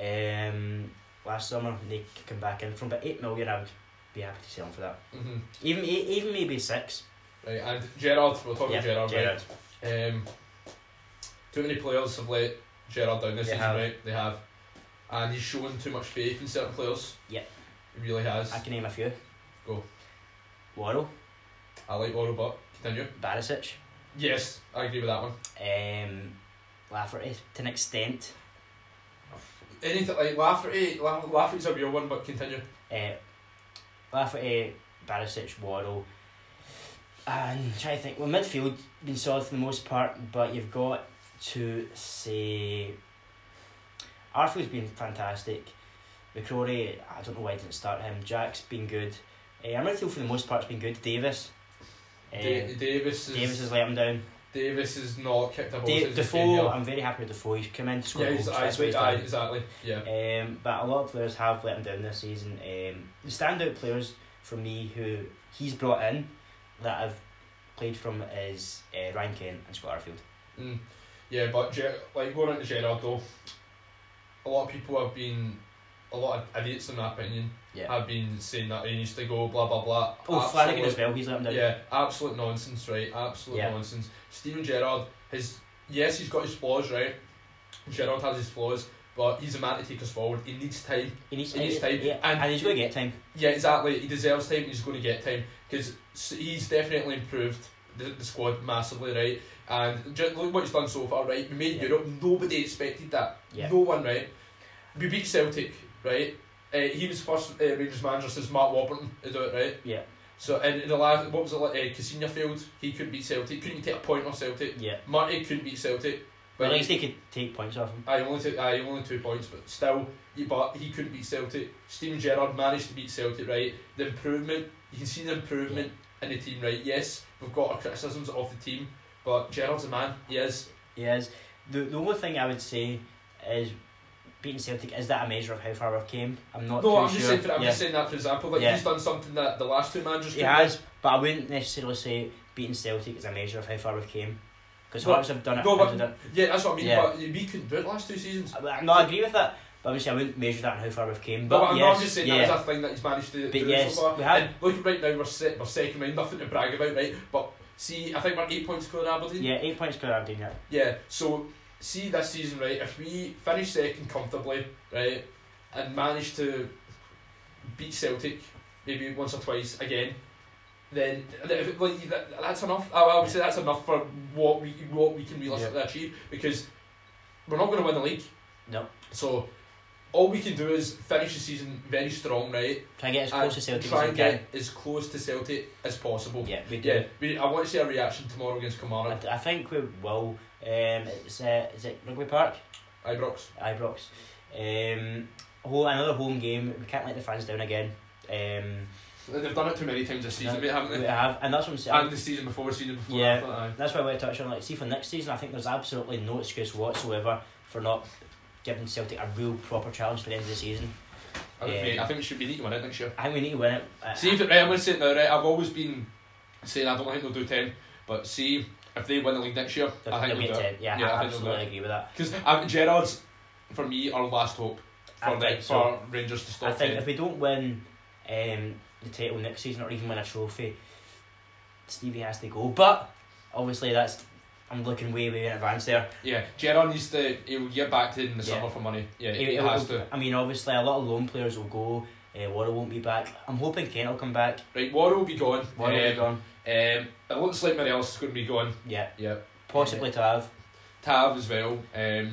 S2: Um, last summer they c- come back in from, but eight million I would be happy to sell him for that.
S1: hmm
S2: Even e- even maybe six.
S1: Right, and Gerard, we'll talk
S2: yeah,
S1: about Gerard,
S2: Gerrard.
S1: right? Um, too many players have let Gerard down this
S2: They
S1: season,
S2: have.
S1: right? They have. And he's shown too much faith in certain players.
S2: Yeah.
S1: He really has.
S2: I
S1: I,
S2: can name a few.
S1: Go.
S2: Warrell,
S1: like Oro, but continue.
S2: Barisic,
S1: Yes, I agree with that one.
S2: um, Lafferty to an extent.
S1: Anything like Lafferty, La- Lafferty's a real one, but continue.
S2: Uh, Lafferty, eh, Barisic, Waddle. And try to think. Well, midfield been solid for the most part, but you've got to say Arthur's been fantastic. McCrory, I don't know why I didn't start him. Jack's been good. Uh, our midfield for the most part's been good. Davis. Uh,
S1: Da- Davis is
S2: Davis has let him down.
S1: Davis is not kicked a ball
S2: Da-
S1: since he's been
S2: Defoe, uh,
S1: here.
S2: I'm very happy with Defoe. He's come in to score
S1: Yeah,
S2: goals.
S1: he's,
S2: so
S1: aye,
S2: that's what he's
S1: aye,
S2: done.
S1: exactly. Yeah.
S2: Um, but a lot of players have let him down this season. Um, the standout players for me who he's brought in that I've played from is uh, Ryan Kent and Scott Arfield.
S1: Mm. Yeah, but Ger- like going into Gerard though, a lot of people have been, a lot of idiots in my opinion,
S2: Yeah.
S1: have been saying that he needs to go, blah blah blah.
S2: Oh,
S1: Absolute-
S2: Flanagan as well. He's let him down.
S1: Yeah, absolute nonsense, right? Absolute
S2: Yeah.
S1: nonsense. Steven Gerrard, his yes, he's got his flaws, right? Gerrard has his flaws, but he's a man to take us forward. He needs time.
S2: He needs,
S1: He needs time.
S2: Yeah, and,
S1: And-
S2: he's going to get time.
S1: Yeah, exactly. He deserves time. and He's going to get time because he's definitely improved the, the squad massively, right? And just look what he's done so far, right? We made
S2: Yeah.
S1: Europe. Nobody expected that.
S2: Yeah.
S1: No one, right? We beat Celtic, right? Uh, he was first uh, Rangers manager since Mark Warburton to do it, right?
S2: Yeah.
S1: So in, in the last, what was it like? Uh, Cassina failed. He couldn't beat Celtic. Couldn't take a point off Celtic.
S2: Yeah.
S1: Marty couldn't beat Celtic.
S2: But at
S1: But
S2: least he could take points off him.
S1: I only took I only two points, but still, he, but he couldn't beat Celtic. Steven Gerrard managed to beat Celtic, right? The improvement you can see the improvement in the team, right? Yes, we've got our criticisms of the team, but Gerrard's a man. He is.
S2: He is. The, the only thing I would say is beating Celtic, is that a measure of how far we've came? I'm not
S1: No,
S2: too
S1: I'm
S2: sure.
S1: just saying. For, I'm
S2: yeah.
S1: just saying that for example, like
S2: Yeah.
S1: he's done something that the last two managers.
S2: He
S1: couldn't
S2: has, but I wouldn't necessarily say beating Celtic is a measure of how far we've came. Because
S1: No,
S2: Hearts have done it.
S1: no,
S2: Hibs have
S1: but-
S2: done it.
S1: do. Yeah, that's what I mean.
S2: Yeah.
S1: But we couldn't do it last two seasons.
S2: I- No, I agree with that, but obviously I wouldn't measure that on how far we've came.
S1: But,
S2: But
S1: I'm,
S2: yes,
S1: I'm just saying
S2: yeah,
S1: that is a thing that he's managed to
S2: But
S1: do
S2: yes,
S1: so far.
S2: we have-
S1: And look, right now we're, se- we're second round, nothing to brag about, right? But see, I think we're eight points clear of Aberdeen.
S2: yeah, eight points clear Aberdeen. Yeah,
S1: Yeah, so see this season, right, if we finish second comfortably, right, and manage to beat Celtic maybe once or twice again, then th- if- like, that, that's enough. I, I would say that's enough for what we what we can realistically achieve because we're not going to win the league.
S2: No.
S1: So all we can do is finish the season very strong, right?
S2: try and get as
S1: and
S2: close to Celtic
S1: try
S2: as we
S1: and
S2: can.
S1: get as close to Celtic as possible.
S2: Yeah, we do.
S1: Yeah, we, I want to see a reaction tomorrow against
S2: I,
S1: Kilmarnock.
S2: I think we will. Um, it's uh, is it Rugby Park,
S1: Ibrox.
S2: Ibrox? Um, whole, another home game. We can't let the fans down again. Um,
S1: They've done it too many times this season,
S2: No,
S1: mate, haven't they?
S2: we have, and that's what I'm saying.
S1: And the season before, season before.
S2: Yeah.
S1: after that, aye.
S2: That's why I want to touch on like see for next season. I think there's absolutely no excuse whatsoever for not giving Celtic a real proper challenge for the end of the season.
S1: I, think
S2: Yeah.
S1: mate, I think we should be neat to win it next year.
S2: I think we need to win it. Uh,
S1: See if it, right, I'm going to say it now, right? I've always been saying I don't think they'll do 10, but see if they win the league next year,
S2: They'll,
S1: I
S2: they'll
S1: think
S2: be
S1: they'll
S2: in
S1: do it.
S2: ten. Yeah,
S1: Yeah, I
S2: I
S1: think they'll do
S2: absolutely
S1: it.
S2: agree with that.
S1: Because um, Gerard's, for me, our last hope
S2: I
S1: for, the,
S2: think so.
S1: for Rangers to stop
S2: I think
S1: it.
S2: if we don't win um, the title next season or even win a trophy, Stevie has to go. But obviously, that's I'm looking way way in advance there.
S1: Yeah, Gerard needs to. He'll get back to in the
S2: Yeah.
S1: summer for money. Yeah,
S2: It-
S1: he
S2: it
S1: has
S2: will-
S1: to.
S2: I mean, obviously, a lot of loan players will go. Uh, Water won't be back. I'm hoping Kent will come back.
S1: Right, Warren will be gone.
S2: Water will be gone.
S1: Um, it looks like Morelos is going to be gone.
S2: Yeah,
S1: Yeah.
S2: possibly to have.
S1: Tav as well. Um,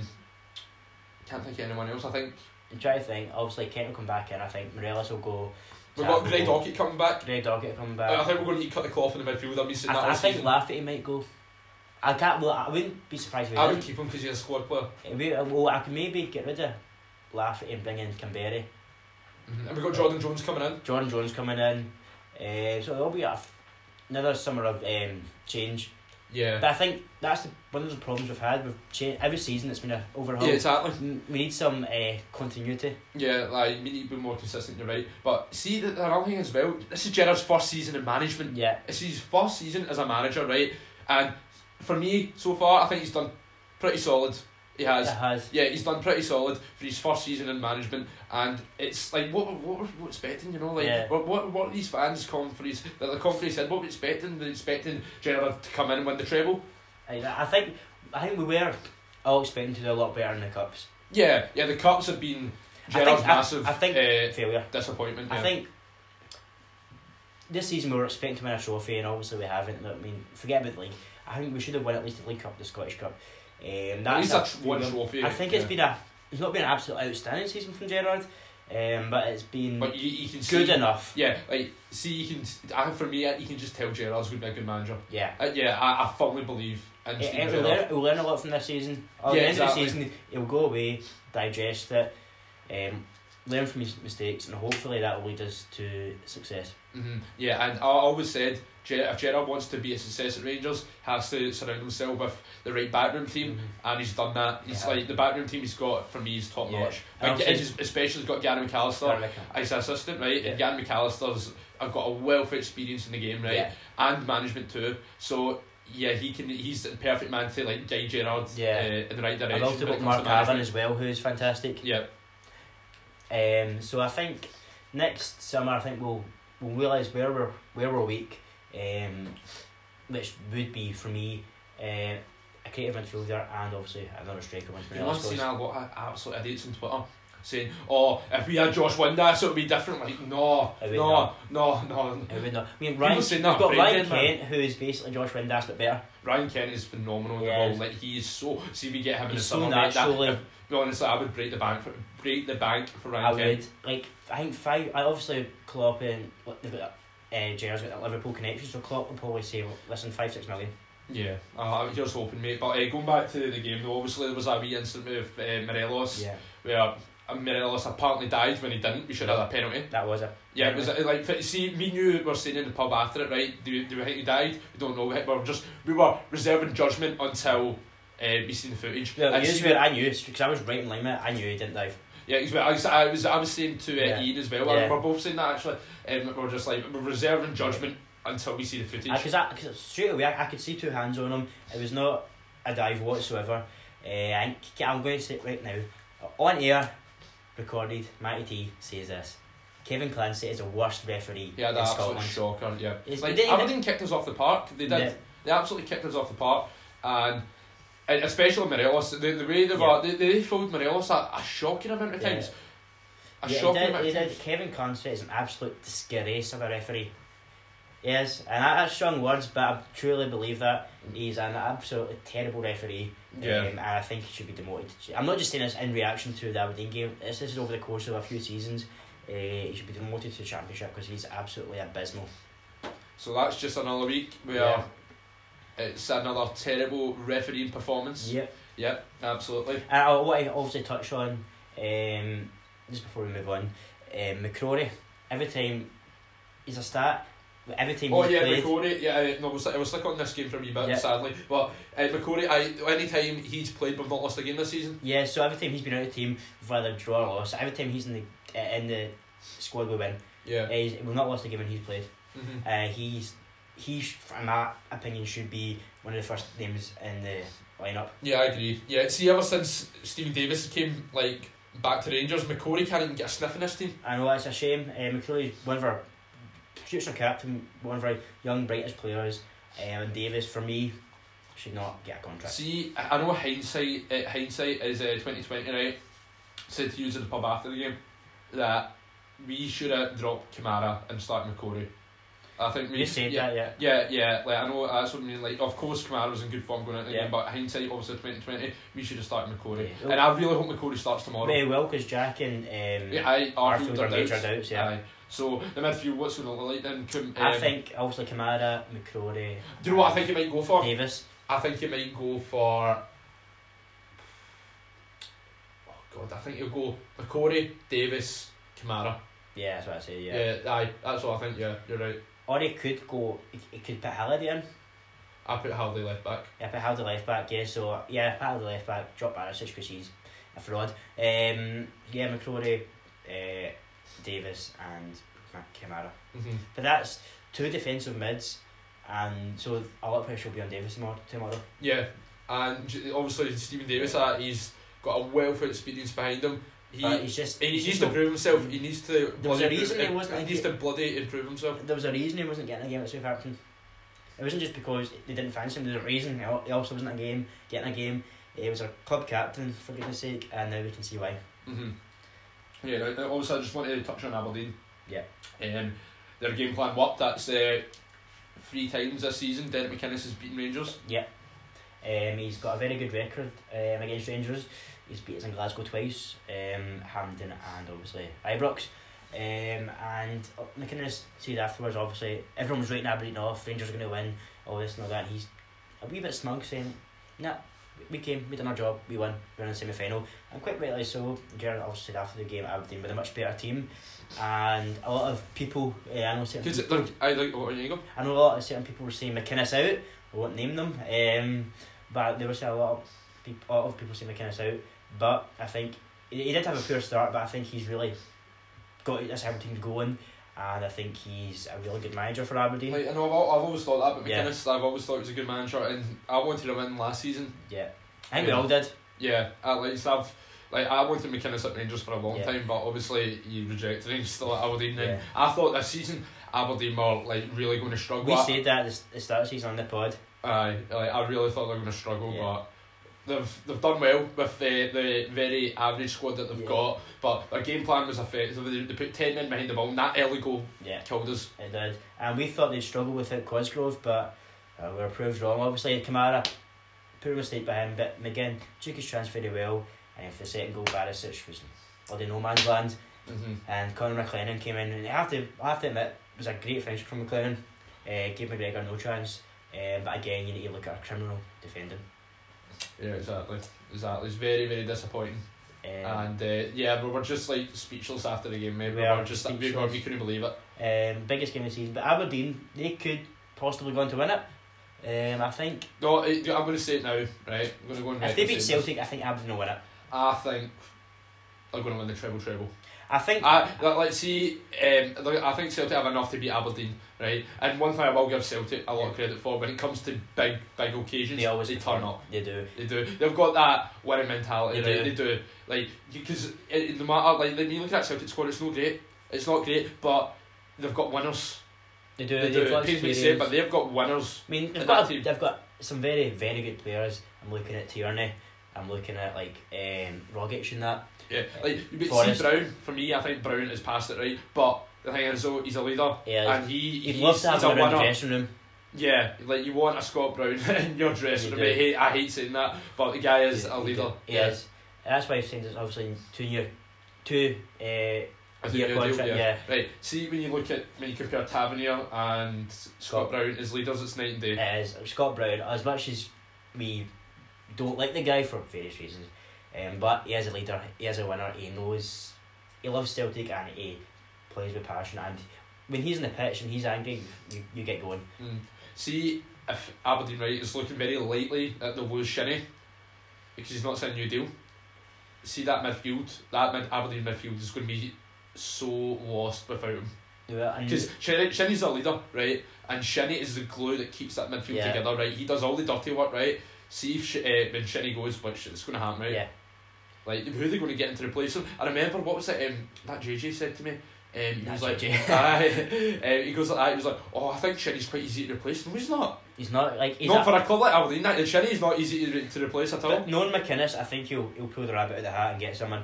S1: can't think of anyone else. I think
S2: I'm trying to think. Obviously, Kent will come back, and I think Morelos will go.
S1: we've
S2: Tav
S1: got Greg
S2: will go.
S1: Dockett coming back.
S2: Greg Doggett coming back.
S1: I think we're going to need to cut the cloth in the midfield. I'm using
S2: Uh,
S1: that
S2: I, th-
S1: all
S2: I think
S1: season.
S2: Lafferty might go. I can't. Well, I wouldn't be surprised if he
S1: I
S2: did.
S1: would keep him because he's a squad player.
S2: Uh, We, uh, well, I could maybe get rid of Lafferty and bring in Canberry.
S1: Mm-hmm. And we've got Jordan Jones coming in.
S2: Jordan Jones coming in. Uh, so there'll be a f- another summer of um, change. But
S1: Yeah.
S2: I think that's the, one of the problems we've had. We've changed every season. It's been a overhaul.
S1: Yeah, exactly.
S2: M- We need some uh, continuity.
S1: Yeah, like we need to be more consistent. You're right, but see that another thing as well. This is Gerard's first season in management.
S2: Yeah,
S1: It's his first season as a manager, right? And for me, so far, I think he's done pretty solid. He
S2: it
S1: has.
S2: has.
S1: Yeah, he's done pretty solid for his first season in management, and it's like what what were we expecting, you know, like
S2: Yeah.
S1: what what what these fans come for these that the conference said what we're expecting, they're expecting Gerard to come in and win the treble.
S2: I, I think I think we were all expecting to do a lot better in the cups.
S1: Yeah, yeah, the cups have been
S2: I think-
S1: Gerard's
S2: I-
S1: massive
S2: I think-
S1: uh,
S2: Failure.
S1: disappointment.
S2: I
S1: yeah.
S2: think this season we were expecting to win a trophy, and obviously we haven't. I mean, forget about the league. I think we should have won at least the League Cup, the Scottish Cup. Um,
S1: at
S2: that's
S1: least
S2: a
S1: that's one
S2: freedom.
S1: trophy.
S2: I think
S1: yeah.
S2: it's been a. It's not been an absolute outstanding season from Gerard, um, but it's been
S1: but you, you can see
S2: good enough.
S1: Yeah, like see, you can. I, for me, uh, you can just tell Gerard's going to be a good manager.
S2: Yeah.
S1: Uh, yeah, I, I firmly believe in
S2: It,
S1: Steve
S2: it, we'll,
S1: Gerrard.
S2: learn, we'll learn a lot from this season. At
S1: Yeah,
S2: the end
S1: exactly.
S2: of the season, he'll go away, digest it, um, learn from his mistakes, and hopefully that will lead us to success.
S1: hmm Yeah, and I always said Ger- if Gerard wants to be a success at Rangers, has to surround himself with the right backroom team,
S2: Mm-hmm.
S1: and he's done that. He's
S2: Yeah.
S1: like the backroom team he's got for me is top
S2: Yeah.
S1: notch.
S2: And
S1: Like,
S2: I've
S1: he's especially got Gary McAllister
S2: Sorry, Michael.
S1: as an assistant, right? And Gary McAllister's I've got a wealth of experience in the game, right?
S2: Yeah.
S1: And management too. So yeah, he can. He's the perfect man to like guide Gerard
S2: Yeah.
S1: uh, in the right
S2: I
S1: direction.
S2: loved
S1: when it
S2: about
S1: comes
S2: Mark
S1: to
S2: Cavan
S1: management.
S2: as well, who's fantastic.
S1: Yeah.
S2: Um, so I think next summer I think we'll we'll realise where we're where we're weak, um, which would be for me uh, a creative midfielder and obviously another striker once
S1: You once
S2: Morelos
S1: seen
S2: goes.
S1: a lot of absolute idiots on Twitter saying, "Oh, if we had Josh Windass, it would be different." Like, no,
S2: I mean,
S1: no, no, no.
S2: I would not. I mean,
S1: People
S2: Ryan,
S1: say
S2: we've
S1: no,
S2: got
S1: Brady
S2: Ryan
S1: Kent, man.
S2: Kent, who is basically Josh Windass but better.
S1: Ryan Kent is phenomenal
S2: Yeah.
S1: in the ball. Like, he is so. See, if we get him in the
S2: He's so
S1: summer. mate, that-
S2: naturally-
S1: if- no, honestly, I would break the bank for break the bank for Ryan
S2: I
S1: Kent.
S2: would like. I think five. I obviously Klopp and what they've got. Uh, Gerard's got that Liverpool connection, so Klopp will probably say, "Listen, five six million.
S1: Yeah, uh, I was just hoping, mate. But uh, going back to the game, though, obviously there was a wee incident with uh, Morelos
S2: Yeah,
S1: where. uh, Morelos apparently died when he didn't. We should have had a penalty.
S2: that was it.
S1: Yeah, it was uh, like f- see me and you were sitting in the pub after it, right? Do, do we think he died? We don't know. We were just we were reserving judgment until uh, we seen the footage.
S2: Yeah,
S1: And
S2: you
S1: see-
S2: swear I knew because I was right in line with it. I knew he didn't dive.
S1: yeah, 'cause we- I was I was I was saying to uh,
S2: Yeah.
S1: Ian as well.
S2: Yeah.
S1: We're both saying that actually, and we're just like we're reserving judgment until we see the footage.
S2: Because I, cause straight away I, I could see two hands on him. It was not a dive whatsoever. Uh, I think I'm going to say it right now. On air, recorded. Matty T says this. Kevin Clancy is the worst referee
S1: yeah,
S2: in
S1: that absolute
S2: Scotland.
S1: shocker. Yeah,
S2: It's-
S1: like
S2: they-
S1: Aberdeen kicked us off the park. They did.
S2: Yeah.
S1: They absolutely kicked us off the park, and. and Especially Morelos, the, the way they
S2: Yeah.
S1: were, they, they fouled Morelos a, a shocking amount of
S2: Yeah.
S1: times. A
S2: Yeah, he
S1: shocking
S2: did-
S1: amount
S2: he
S1: of
S2: did.
S1: times.
S2: Kevin Clancy is an absolute disgrace of a referee. Yes, and that, that's strong words, but I truly believe that he's an absolutely terrible referee.
S1: Yeah.
S2: Um, and I think he should be demoted. I'm not just saying this in reaction to the Aberdeen game. This, this is over the course of a few seasons. Uh, he should be demoted to the championship because he's absolutely abysmal.
S1: So that's just another week where
S2: Yeah.
S1: it's another terrible refereeing performance.
S2: Yep.
S1: Yep, absolutely.
S2: And I, what I obviously touch on, um, just before we move on, um, McCrory. Every time he's a stat. Every time
S1: Oh
S2: he's
S1: yeah,
S2: played,
S1: McCrory. Yeah, I- no, I was, I was stuck on this game for a wee bit,
S2: Yeah.
S1: sadly. But uh, McCrory, I any time he's played, we've not lost a game this season.
S2: Yeah, so every time he's been out of the team, we've either draw or loss. Every time he's in the uh, in the squad, we win.
S1: Yeah.
S2: Uh, he's, we've not lost a game when he's played.
S1: hmm
S2: Uh, he's he, sh- in my opinion, should be one of the first names in the lineup.
S1: Yeah, I agree. Yeah, see, ever since Stephen Davis came like back to Rangers, McCrory can't even get a sniff in this team.
S2: I know that's a shame. Uh, McCreary's one of our future captain, one of our young brightest players, um, and Davis for me should not get a contract.
S1: See, I I know hindsight. Uh, hindsight is uh, twenty twenty, right? Said to you in the pub after the game that we should have dropped Kamara and start McCrory. I think we
S2: you said
S1: yeah,
S2: that, yeah.
S1: Yeah, yeah, like I know that's what I mean. Like, of course, Kamara was in good form going into the
S2: Yeah.
S1: game, but hindsight, obviously, twenty twenty, we should have started McCrory,
S2: Yeah.
S1: and I really hope McCrory starts tomorrow.
S2: Very well, because Jack and um,
S1: Yeah, I
S2: Arfield
S1: Arfield
S2: are
S1: are
S2: major
S1: doubts. Um,
S2: doubts, yeah.
S1: Aye. So the midfield, what's going to look like then? Could, um,
S2: I think obviously Kamara, McCrory, um,
S1: Do you know what I think you might go for?
S2: Davis.
S1: I think you might go for. Oh God, I think you'll go McCory, Davis, Kamara.
S2: Yeah, that's what I say. Yeah.
S1: Yeah, aye, that's what I think. Yeah, you're right.
S2: Or he could go. He, he could put Halliday in.
S1: I put Howley left back.
S2: Yeah, put Halliday left back. Yeah, so yeah, put Halliday left back. Drop Barisic because he's a fraud. Um, yeah, McCrory, uh, Davis, and Ka- Kamara.
S1: Mm-hmm.
S2: But that's two defensive mids, and so a lot of pressure will be on Davis tomorrow. tomorrow.
S1: Yeah, and j- obviously Stephen Davis, uh, he's got a wealth of experience behind him. He,
S2: but he's just
S1: he needs
S2: he's just
S1: to
S2: no-
S1: prove himself. He needs to.
S2: There was a
S1: bloody
S2: reason
S1: prove-
S2: he wasn't
S1: He needs
S2: in-
S1: to bloody improve himself.
S2: there was a reason he wasn't getting a game at Southampton. It wasn't just because they didn't fancy him. There was a reason. He al- he also wasn't a game getting a game. He was our club captain for goodness sake, and now we can see why.
S1: hmm Yeah, right, now, obviously I just wanted to touch on Aberdeen.
S2: Yeah.
S1: Um, their game plan worked. That's uh, three times this season. Derek McInnes has beaten Rangers.
S2: Um, he's got a very good record um, against Rangers. He's beat us in Glasgow twice, um, Hampden and obviously Ibrox. Um, and uh, McInnes said afterwards, obviously, everyone was writing Aberdeen off, Rangers are going to win, all this and all that. And he's a wee bit smug saying, nah, we came, we done our job, we won, we're in the semi final. And quite rightly so, Gerard also said after the game, Aberdeen were a much better team. And a lot of people, uh, I know certain
S1: Because
S2: people,
S1: look, I like. Oh, there you go.
S2: I know a lot of certain people were saying McInnes out. I won't name them, um, but there was a lot of people, a lot of people saying McInnes out. But I think he he did have a poor start, but I think he's really got this Aberdeen going, and I think he's a really good manager for Aberdeen.
S1: Like, I know I've, al- I've always thought that, but
S2: Yeah.
S1: McInnes, I've always thought he was a good manager, and I wanted him in last season.
S2: Yeah, I think we all did.
S1: Yeah, at least I've. Like I wanted McInnes at Rangers for a long
S2: Yeah.
S1: time, but obviously he rejected him. He's still at Aberdeen.
S2: Yeah.
S1: And I thought this season Aberdeen were like really going to struggle.
S2: We
S1: I-
S2: said that at the s- the start of the season on the pod.
S1: Aye, like, I really thought they were going to struggle,
S2: Yeah.
S1: but they've they've done well with the, the very average squad that they've
S2: Yeah.
S1: got. But their game plan was effective. They, they put ten men behind the ball, and that early goal
S2: Yeah,
S1: killed us.
S2: it did, and we thought they'd struggle without Cosgrove, but uh, we were proved wrong. Obviously, Kamara, poor mistake by him, but McGinn took his chance very well, and if the second goal, Barisic was bloody no man's land.
S1: Mm-hmm.
S2: and Conor McLennan came in, and I have to, I have to admit, it was a great friendship from McLennan. Uh, gave McGregor no chance, um, but again, you need to look at a criminal defending.
S1: Yeah, exactly, exactly. It's very very disappointing.
S2: Um,
S1: And uh, yeah, we were just like speechless after the game. Mate. We,
S2: We are
S1: were just we, were,
S2: speechless.
S1: we couldn't believe it.
S2: um, biggest game of the season, but Aberdeen they could possibly go on to win it. Um, I think
S1: No, I, I'm going to say it now. Right, I'm going to go and
S2: if they beat
S1: this.
S2: Celtic, I think Aberdeen will win it.
S1: I think they're going to win the treble treble.
S2: I think
S1: I, let, let's see. Um, look, I think Celtic have enough to beat Aberdeen, right? And one thing I will give Celtic a lot of credit for when it comes to big, big occasions,
S2: they always
S1: turn
S2: perform.
S1: up.
S2: They do.
S1: They do. They've got that winning mentality.
S2: They
S1: right?
S2: do.
S1: They do. Like because no matter like when you look at Celtic squad, it's no great. It's not great, but they've got winners.
S2: They do.
S1: They
S2: They've
S1: do. It
S2: got
S1: pains me to say, it,
S2: experience.
S1: but they've got winners.
S2: I mean,
S1: And
S2: they've
S1: that
S2: got,
S1: team-
S2: they've got some very, very good players. I'm looking at Tierney. I'm looking at like um, Rogic and that.
S1: Yeah, like you see
S2: Forrest.
S1: Brown. For me, I think Brown has passed it right, but. The thing is, though, he's a leader,
S2: Yeah,
S1: and he
S2: he'd
S1: he's,
S2: love to have
S1: he's
S2: him
S1: a
S2: around the
S1: winner.
S2: dressing room.
S1: Yeah, like you want a Scott Brown in your dressing
S2: You
S1: room.
S2: do.
S1: I hate, I hate saying that, but the guy is
S2: Yeah,
S1: a
S2: he
S1: leader.
S2: did. He is. That's why I've seen this obviously two year, two uh, year
S1: I think you're
S2: contract.
S1: deal, yeah.
S2: Yeah,
S1: Right. See when you look at when you compare Tavernier and Scott Brown as leaders, it's night and day.
S2: it is Scott Brown. As much as we don't like the guy for various reasons, um, but he is a leader. He is a winner. He knows. He loves Celtic and he plays with passion. And when he's in the pitch and he's angry, you, you get going.
S1: Mm. See if Aberdeen right is looking very lightly that they'll lose Shinny because he's not signed a new deal. See that midfield, that mid Aberdeen midfield is going to be so lost without him.
S2: do it. And
S1: Because Shinny, Shinny's the leader, right? And Shinny is the glue that keeps that midfield
S2: Yeah.
S1: together, right? He does all the dirty work, right? See if Sh- uh, when Shinny goes, which it's going to happen, right?
S2: Yeah.
S1: Like, who are they going to get in to replace him? I remember, what was it um, that JJ said to me? Um, he
S2: That
S1: was like,
S2: JJ.
S1: aye. Um, he goes like, that, he was like, oh, I think Shinny's quite easy to replace. No, he's not.
S2: he's not like he's
S1: not
S2: a-
S1: for a club like Aberdeen. That Shinny's not easy to, re- to replace at all.
S2: But knowing McInnes, I think he'll he'll pull the rabbit out of the hat and get someone.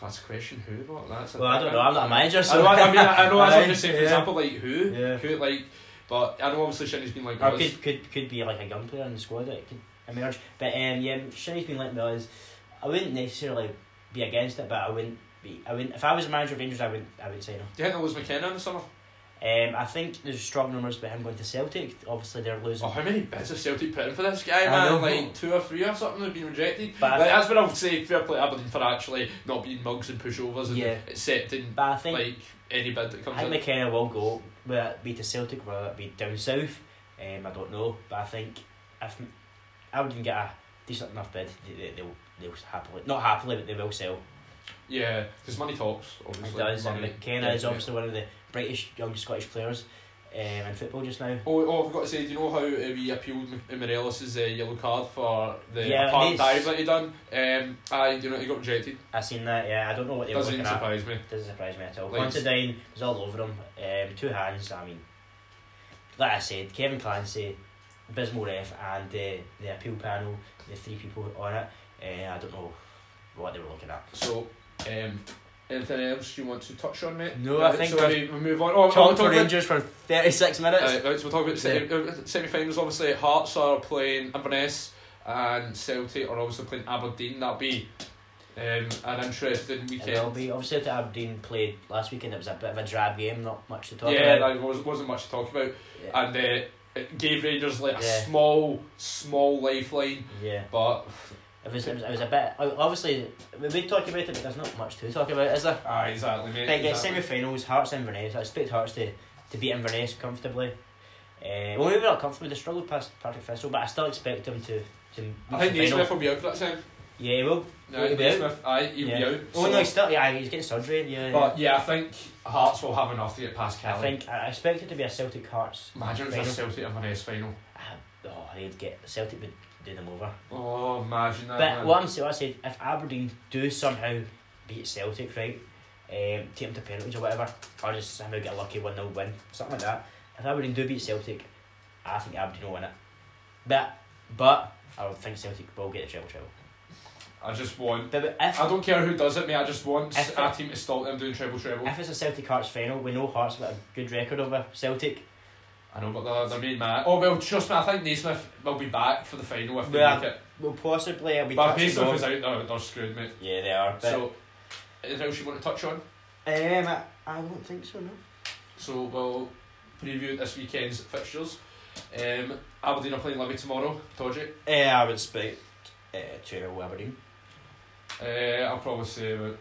S1: That's a question. Who? What? That's a-
S2: Well, I don't know. I'm not a manager, so
S1: I know. I mean, I, I know. That's what I'm
S2: Aye,
S1: just saying. For
S2: yeah.
S1: example, like who?
S2: Yeah.
S1: Who? Like, but I know obviously Shinny's been like.
S2: Or
S1: well, it's-
S2: could, could could be like a gun player in the squad that could emerge. But um, yeah, Shinny's been like Miller's. I wouldn't necessarily be against it, but I wouldn't be. I wouldn't. If I was a manager of Rangers, I wouldn't. I wouldn't sign him.
S1: Do you think they'll lose McKenna in the summer?
S2: Um, I think there's strong rumours about him going to Celtic. Obviously, they're losing.
S1: Oh, how many bids have Celtic put in for this guy,
S2: I
S1: man?
S2: know.
S1: Like two or three
S2: er
S1: or something have been rejected.
S2: But I
S1: Like, that's what I would say. Fair play to Aberdeen for er actually not being mugs and pushovers and
S2: Yeah.
S1: accepting
S2: But I think
S1: like any bid that comes
S2: I think
S1: in.
S2: McKenna will go. Whether it be to Celtic, whether it be down south, um, I don't know. But I think if I wouldn't get a decent enough bid, they, they, they'll they'll happily not happily, but they will sell.
S1: Yeah, because money talks. Obviously,
S2: It does, and
S1: Money.
S2: McKenna is
S1: Yeah.
S2: obviously one of the brightest young Scottish players um, in football just now.
S1: Oh, oh, I've got to say, do you know how uh, we appealed M- Morelos's uh, yellow card for the
S2: Yeah,
S1: part
S2: it's-
S1: dive that he done? Um, aye, you know, he got rejected.
S2: I seen that. Yeah, I don't know what they were
S1: Doesn't
S2: looking at.
S1: surprise me.
S2: Doesn't surprise me at all.
S1: Like-
S2: Considine was all over him. Um, two hands. I mean, like I said, Kevin Clancy, abysmal ref, and uh, the appeal panel, the three people on it. Uh, I don't know what they were looking at.
S1: So, um, anything else you want to touch on, mate?
S2: No, I
S1: Right,
S2: think
S1: so
S2: we've
S1: we, we move on. Oh, we'll talk about
S2: for thirty six minutes.
S1: Uh, right, so we'll talk about the semi finals. Obviously, Hearts are playing Inverness and Celtic are also playing Aberdeen. That'll be um, an interesting
S2: it will
S1: weekend.
S2: be obviously that Aberdeen played last weekend. It was a bit of a drab game, not much to talk
S1: Yeah,
S2: about.
S1: that was, wasn't much to talk about.
S2: Yeah.
S1: And uh, it gave Rangers like a
S2: Yeah.
S1: small, small lifeline.
S2: yeah.
S1: But
S2: It was, it was, it was a bit. Obviously, we we talk about it, but there's not much to talk about, is there?
S1: ah, exactly, mate.
S2: But yeah,
S1: exactly.
S2: semi-finals, Hearts Inverness. I expect Hearts to, to beat Inverness comfortably. Uh, well, maybe not comfortably. They struggled past Patrick Thistle, but I still expect them to. to reach
S1: I think
S2: the final.
S1: Naismith will be out for that time.
S2: Yeah, he will.
S1: No,
S2: Will he be out?
S1: Naismith, aye, he'll
S2: yeah.
S1: be out.
S2: Oh no, he's still. Yeah, he's getting surgery. Yeah. yeah.
S1: But yeah, I think Hearts will have enough to get past Kelly.
S2: I think I I expect it to be a Celtic Hearts.
S1: Imagine if
S2: Final.
S1: it's Celtic Inverness final.
S2: Ah, Oh, they'd get Celtic would do them over.
S1: Oh, imagine that.
S2: But
S1: man.
S2: what I'm saying, what I said, if Aberdeen do somehow beat Celtic, right, um, take them to penalties or whatever, or just somehow get a lucky 1 0 win, something like that. If Aberdeen do beat Celtic, I think Aberdeen will win it. But, but, I don't think Celtic will get the treble treble.
S1: I just want
S2: But but if,
S1: I don't care who does it, mate. I just want
S2: If-
S1: our team to stop them doing treble treble.
S2: if it's a Celtic Hearts final, we know Hearts have got a good record over Celtic.
S1: I know, but they're, they're main man. Oh well, trust me. I think Naismith will be back for the final if they
S2: Yeah.
S1: make it.
S2: Well, possibly, it'll be
S1: But if
S2: touch
S1: Naismith
S2: and go.
S1: is out, they're, they're screwed, mate.
S2: Yeah, they are. But, um,
S1: So, anything else you want to touch on?
S2: I, I don't think so, no.
S1: So we'll preview this weekend's fixtures. Um, Aberdeen are playing Levy tomorrow. Todgy.
S2: Eh, I would expect uh, 2 0 Aberdeen.
S1: Uh, I'll probably say about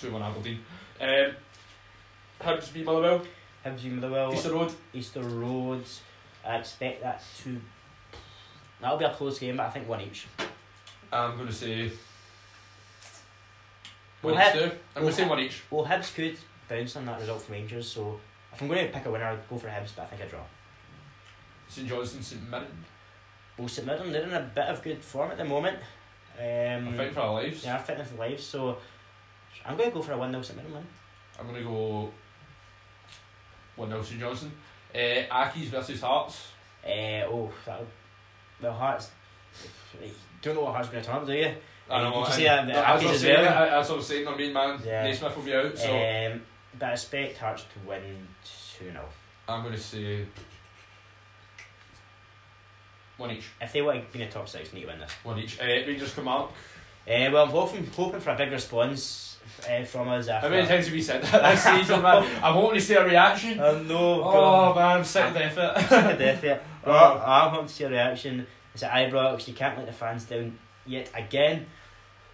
S1: two one Aberdeen. Um, Hibs v Motherwell.
S2: Hibs v Motherwell.
S1: Easter Road.
S2: Easter Roads. I expect that to. That'll be a close game, but I think one each.
S1: I'm gonna say.
S2: We'll
S1: One each,
S2: have-
S1: two. I'm gonna
S2: we'll
S1: say
S2: have-
S1: one each.
S2: Well, Hibs could bounce on that result from Rangers, so if I'm going to pick a winner, I'd go for Hibs, but I think I draw.
S1: St Johnstone, St Mirren.
S2: Well, St Mirren, they're in a bit of good form at the moment.
S1: I'm
S2: Um,
S1: fighting for our lives.
S2: they are fitting for life, so I'm going to go for a 1 0 St Mirren win.
S1: I'm gonna go. One Nelson Johnson. Uh, Aki's versus Hearts.
S2: Uh, oh, that'll. Well, Hearts. Don't know what Hearts going to turn up, do you?
S1: I
S2: You
S1: know.
S2: can
S1: and-
S2: see, uh, the
S1: but as I
S2: Aki's
S1: was
S2: as
S1: saying,
S2: well.
S1: I- as I was saying, our main man
S2: Yeah.
S1: Naismith will be out, so
S2: Um, but I expect Hearts to win 2 0.
S1: I'm gonna say one each.
S2: If they want to be in the top six, they need to win this.
S1: One each. Uh, Rangers Kilmarnock.
S2: Uh, well, I'm hoping, hoping for a big response uh, from us
S1: How many
S2: after.
S1: times have we said that this season, man? I'm hoping to see a reaction.
S2: Oh no,
S1: Oh
S2: God.
S1: man, I'm sick of death of it.
S2: Sick of death here. Well, I want to see a reaction. It's at Ibrox. You can't let the fans down yet again.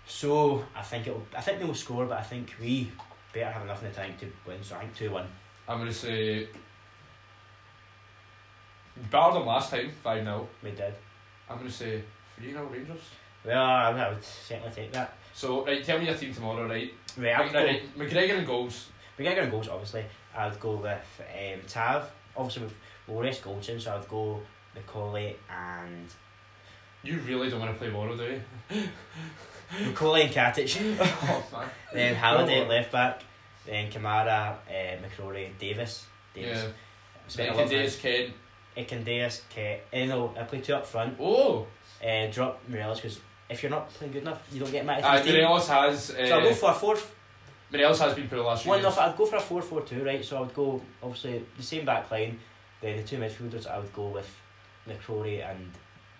S2: So I think it'll. I think they'll score, but I think we better have enough in the tank to win. So I think two one.
S1: I'm gonna say. Better than last time, 5 0.
S2: We did.
S1: I'm gonna say 3 0 Rangers.
S2: Well, I would- I would certainly take that.
S1: So, right, tell me your team tomorrow, right? Right,
S2: Right, I'll
S1: right,
S2: go.
S1: right. McGregor and goals.
S2: McGregor and goals, obviously, I'd go with um, Tav. Obviously, we've, we'll rest Goldson, so I'd go Macaulay and
S1: You really don't want to play Moro, do you?
S2: Macaulay and Katic.
S1: oh, man.
S2: then Halliday
S1: Oh.
S2: at left back. Then Kamara, uh, McCrory, Davis. Davis.
S1: Yeah.
S2: Spent a lot
S1: Second
S2: of time-
S1: is Ken.
S2: Ekendeus, Ke- eh, no, I play two up front.
S1: Oh!
S2: Uh, drop Morelos because if you're not playing good enough, Ah, you don't get matched.
S1: Aye, Morelos has.
S2: So I'll go
S1: Uh,
S2: for a four
S1: Morelos has been poor last few
S2: one
S1: years.
S2: enough. I'd go for a four four two, right? So I would go obviously the same back line. Then the two midfielders I would go with McCrory and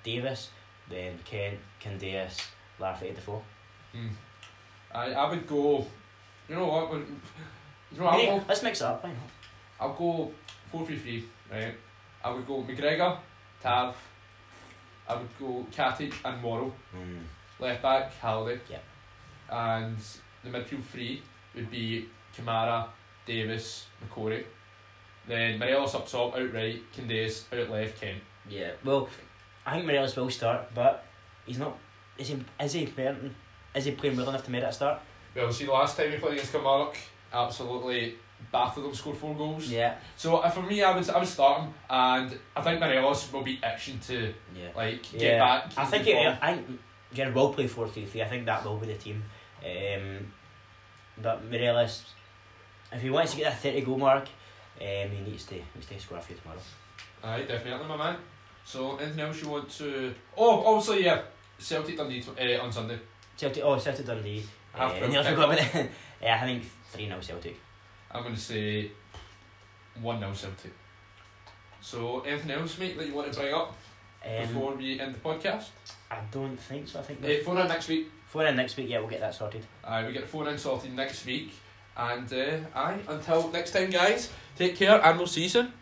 S2: Davis. Then Kent, Candeas, Lafferty, Defoe.
S1: Hmm. I, I would go. You know what? would- You know,
S2: Hey,
S1: I'll go,
S2: let's mix it up. Why not?
S1: I'll go 4 3 3, right? I would go McGregor, Tav, I would go Katic and Morrow. Left back, Halliday.
S2: Yep.
S1: And the midfield three would be Kamara, Davis, McCory. Then Morelos up top, out right, Candace, out left, Kent.
S2: Yeah. Well, I think Morelos will start, but he's not. Is he? Is he? Merton? Is he playing well enough to make that start?
S1: Well, see, the last time we played against Kilmarnock, absolutely battered them, scored four goals.
S2: Yeah.
S1: So uh, for me, I would I would start him, and I think Morelos will be itching to
S2: Yeah.
S1: like get
S2: Yeah,
S1: back.
S2: I think
S1: into
S2: it,
S1: form.
S2: I think Jared will play four three three. I think that will be the team. Um, but Morelos, if he wants to get that thirty goal mark, um, he needs to he needs to score a few tomorrow.
S1: Aye, definitely, my man. So anything else you want to? Oh, also yeah, Celtic Dundee uh, on Sunday.
S2: Celtic, oh Celtic Dundee. Uh,
S1: Half
S2: and the other one, yeah, I think three 0 Celtic.
S1: I'm gonna say one 0 Celtic. So anything else, mate, that you want to bring up
S2: Um,
S1: before we end the podcast?
S2: I don't think so. I think
S1: Uh, phone in next week.
S2: four in next week. Yeah, we'll get that sorted.
S1: Aye, we get phone in sorted next week. And uh, aye, until next time, guys. Take care, and we'll see you soon.